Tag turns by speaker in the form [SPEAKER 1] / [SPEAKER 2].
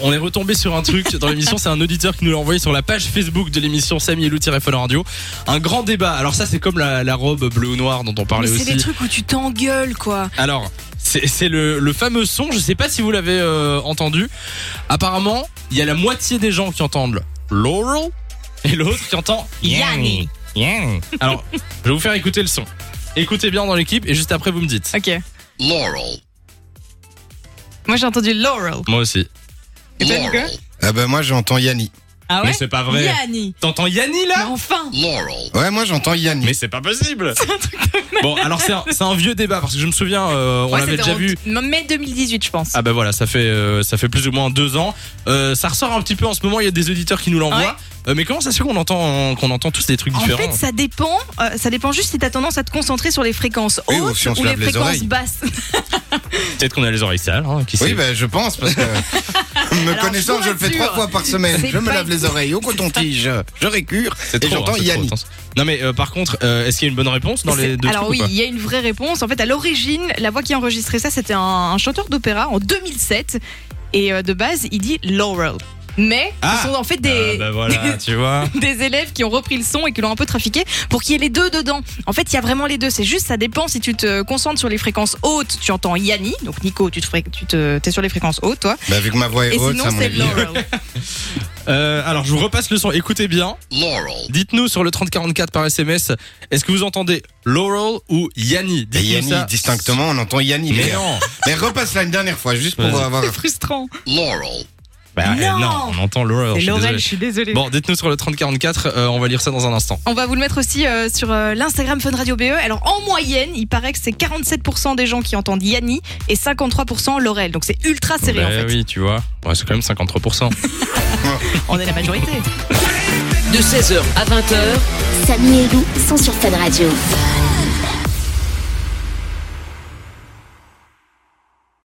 [SPEAKER 1] On est retombé sur un truc dans l'émission, c'est un auditeur qui nous l'a envoyé sur la page Facebook de l'émission Samy et Lou Fun Radio. Un grand débat. Alors ça c'est comme la, la robe bleue ou noire dont on parlait
[SPEAKER 2] Mais c'est
[SPEAKER 1] aussi.
[SPEAKER 2] des trucs où tu t'engueules, quoi.
[SPEAKER 1] Alors c'est c'est le, le fameux son, je sais pas si vous l'avez euh, entendu. Apparemment, il y a la moitié des gens qui entendent Laurel et l'autre qui entend Yanni. Alors, je vais vous faire écouter le son. Écoutez bien dans l'équipe et juste après vous me dites.
[SPEAKER 3] Ok.
[SPEAKER 4] Laurel.
[SPEAKER 3] Moi j'ai entendu Laurel.
[SPEAKER 1] Moi aussi.
[SPEAKER 3] Et toi, Nico
[SPEAKER 4] Laurel.
[SPEAKER 5] Ah bah moi j'entends Yanni.
[SPEAKER 3] Ah ouais
[SPEAKER 1] Mais c'est pas vrai.
[SPEAKER 2] Yanni.
[SPEAKER 1] T'entends Yanni là
[SPEAKER 2] Mais enfin.
[SPEAKER 4] Laurel.
[SPEAKER 5] Ouais moi j'entends Yanni.
[SPEAKER 1] Mais c'est pas possible Bon, alors c'est un, c'est un vieux débat parce que je me souviens, euh, on
[SPEAKER 3] Ouais,
[SPEAKER 1] l'avait
[SPEAKER 3] c'était
[SPEAKER 1] déjà
[SPEAKER 3] en
[SPEAKER 1] vu.
[SPEAKER 3] d- Mai 2018, je pense.
[SPEAKER 1] Ah bah voilà, ça fait euh, ça fait plus ou moins deux ans. Euh, ça ressort un petit peu en ce moment. Il y a des auditeurs qui nous l'envoient. Euh, mais comment ça se fait qu'on entend qu'on entend tous des trucs
[SPEAKER 3] En
[SPEAKER 1] différents
[SPEAKER 3] fait, ça dépend. euh, ça dépend juste si t'as tendance à te concentrer sur les fréquences hautes
[SPEAKER 5] Oui, ou si on se
[SPEAKER 3] les
[SPEAKER 5] lave les
[SPEAKER 3] fréquences
[SPEAKER 5] oreilles.
[SPEAKER 3] basses.
[SPEAKER 1] Peut-être qu'on a les oreilles sales. hein, qui
[SPEAKER 5] Oui
[SPEAKER 1] sait.
[SPEAKER 5] bah je pense parce que me
[SPEAKER 3] Alors, je
[SPEAKER 5] connaissant
[SPEAKER 3] vous
[SPEAKER 5] je le fais
[SPEAKER 3] rassure,
[SPEAKER 5] trois fois par semaine.
[SPEAKER 3] c'est
[SPEAKER 5] Je me
[SPEAKER 3] pas
[SPEAKER 5] lave les oreilles au coton-tige, je récure
[SPEAKER 1] C'est trop,
[SPEAKER 5] et
[SPEAKER 1] hein,
[SPEAKER 5] j'entends
[SPEAKER 1] c'est trop
[SPEAKER 5] Yanni.
[SPEAKER 1] intense. Non mais euh, par contre, euh, est-ce qu'il y a une bonne réponse dans les
[SPEAKER 3] C'est-
[SPEAKER 1] deux
[SPEAKER 3] Alors
[SPEAKER 1] trucs
[SPEAKER 3] oui,
[SPEAKER 1] ou pas
[SPEAKER 3] il y a une vraie réponse. En fait, à l'origine, la voix qui a enregistré ça, c'était un, un chanteur d'opéra en 2007. Et euh, de base, il dit Laurel. Mais
[SPEAKER 1] Ah.
[SPEAKER 3] ce sont en fait
[SPEAKER 1] Ah
[SPEAKER 3] des,
[SPEAKER 1] bah voilà, tu vois.
[SPEAKER 3] des élèves qui ont repris le son et qui l'ont un peu trafiqué pour qu'il y ait les deux dedans. En fait, il y a vraiment les deux. C'est juste, ça dépend si tu te concentres sur les fréquences hautes, tu entends Yanni. Donc, Nico, tu te, fréqu- tu te, t'es sur les fréquences hautes, toi.
[SPEAKER 5] Bah vu que ma voix est
[SPEAKER 3] Et
[SPEAKER 5] haute
[SPEAKER 3] sinon,
[SPEAKER 5] ça mon
[SPEAKER 3] c'est
[SPEAKER 5] avis.
[SPEAKER 3] Laurel.
[SPEAKER 1] Euh, alors je vous repasse le son. Écoutez bien.
[SPEAKER 4] Laurel.
[SPEAKER 1] Dites-nous sur le 3044 par SMS. Est-ce que vous entendez Laurel ou Yanni
[SPEAKER 5] Et
[SPEAKER 1] Dites-nous
[SPEAKER 5] Yanni
[SPEAKER 1] ça.
[SPEAKER 5] distinctement on entend Yanni.
[SPEAKER 1] Mais
[SPEAKER 5] Mais,
[SPEAKER 1] non.
[SPEAKER 5] mais repasse là une dernière fois juste pour
[SPEAKER 1] Vas-y.
[SPEAKER 5] avoir.
[SPEAKER 3] Frustrant.
[SPEAKER 4] Laurel.
[SPEAKER 1] Bah,
[SPEAKER 3] Non.
[SPEAKER 1] euh, on entend Laurel. je suis désolé.
[SPEAKER 3] suis désolée.
[SPEAKER 1] Bon, dites-nous sur le 3044, euh, on va lire ça dans un instant.
[SPEAKER 3] On va vous le mettre aussi euh, sur euh, l'Instagram Fun Radio BE. Alors, en moyenne, il paraît que c'est 47% des gens qui entendent Yanni et 53% Laurel. Donc, c'est ultra serré,
[SPEAKER 1] Bah
[SPEAKER 3] en fait.
[SPEAKER 1] oui, tu vois. Ouais, c'est quand même 53%.
[SPEAKER 3] On est la majorité.
[SPEAKER 6] de 16h à 20h.
[SPEAKER 7] Samy et Lou sont sur Fan Radio.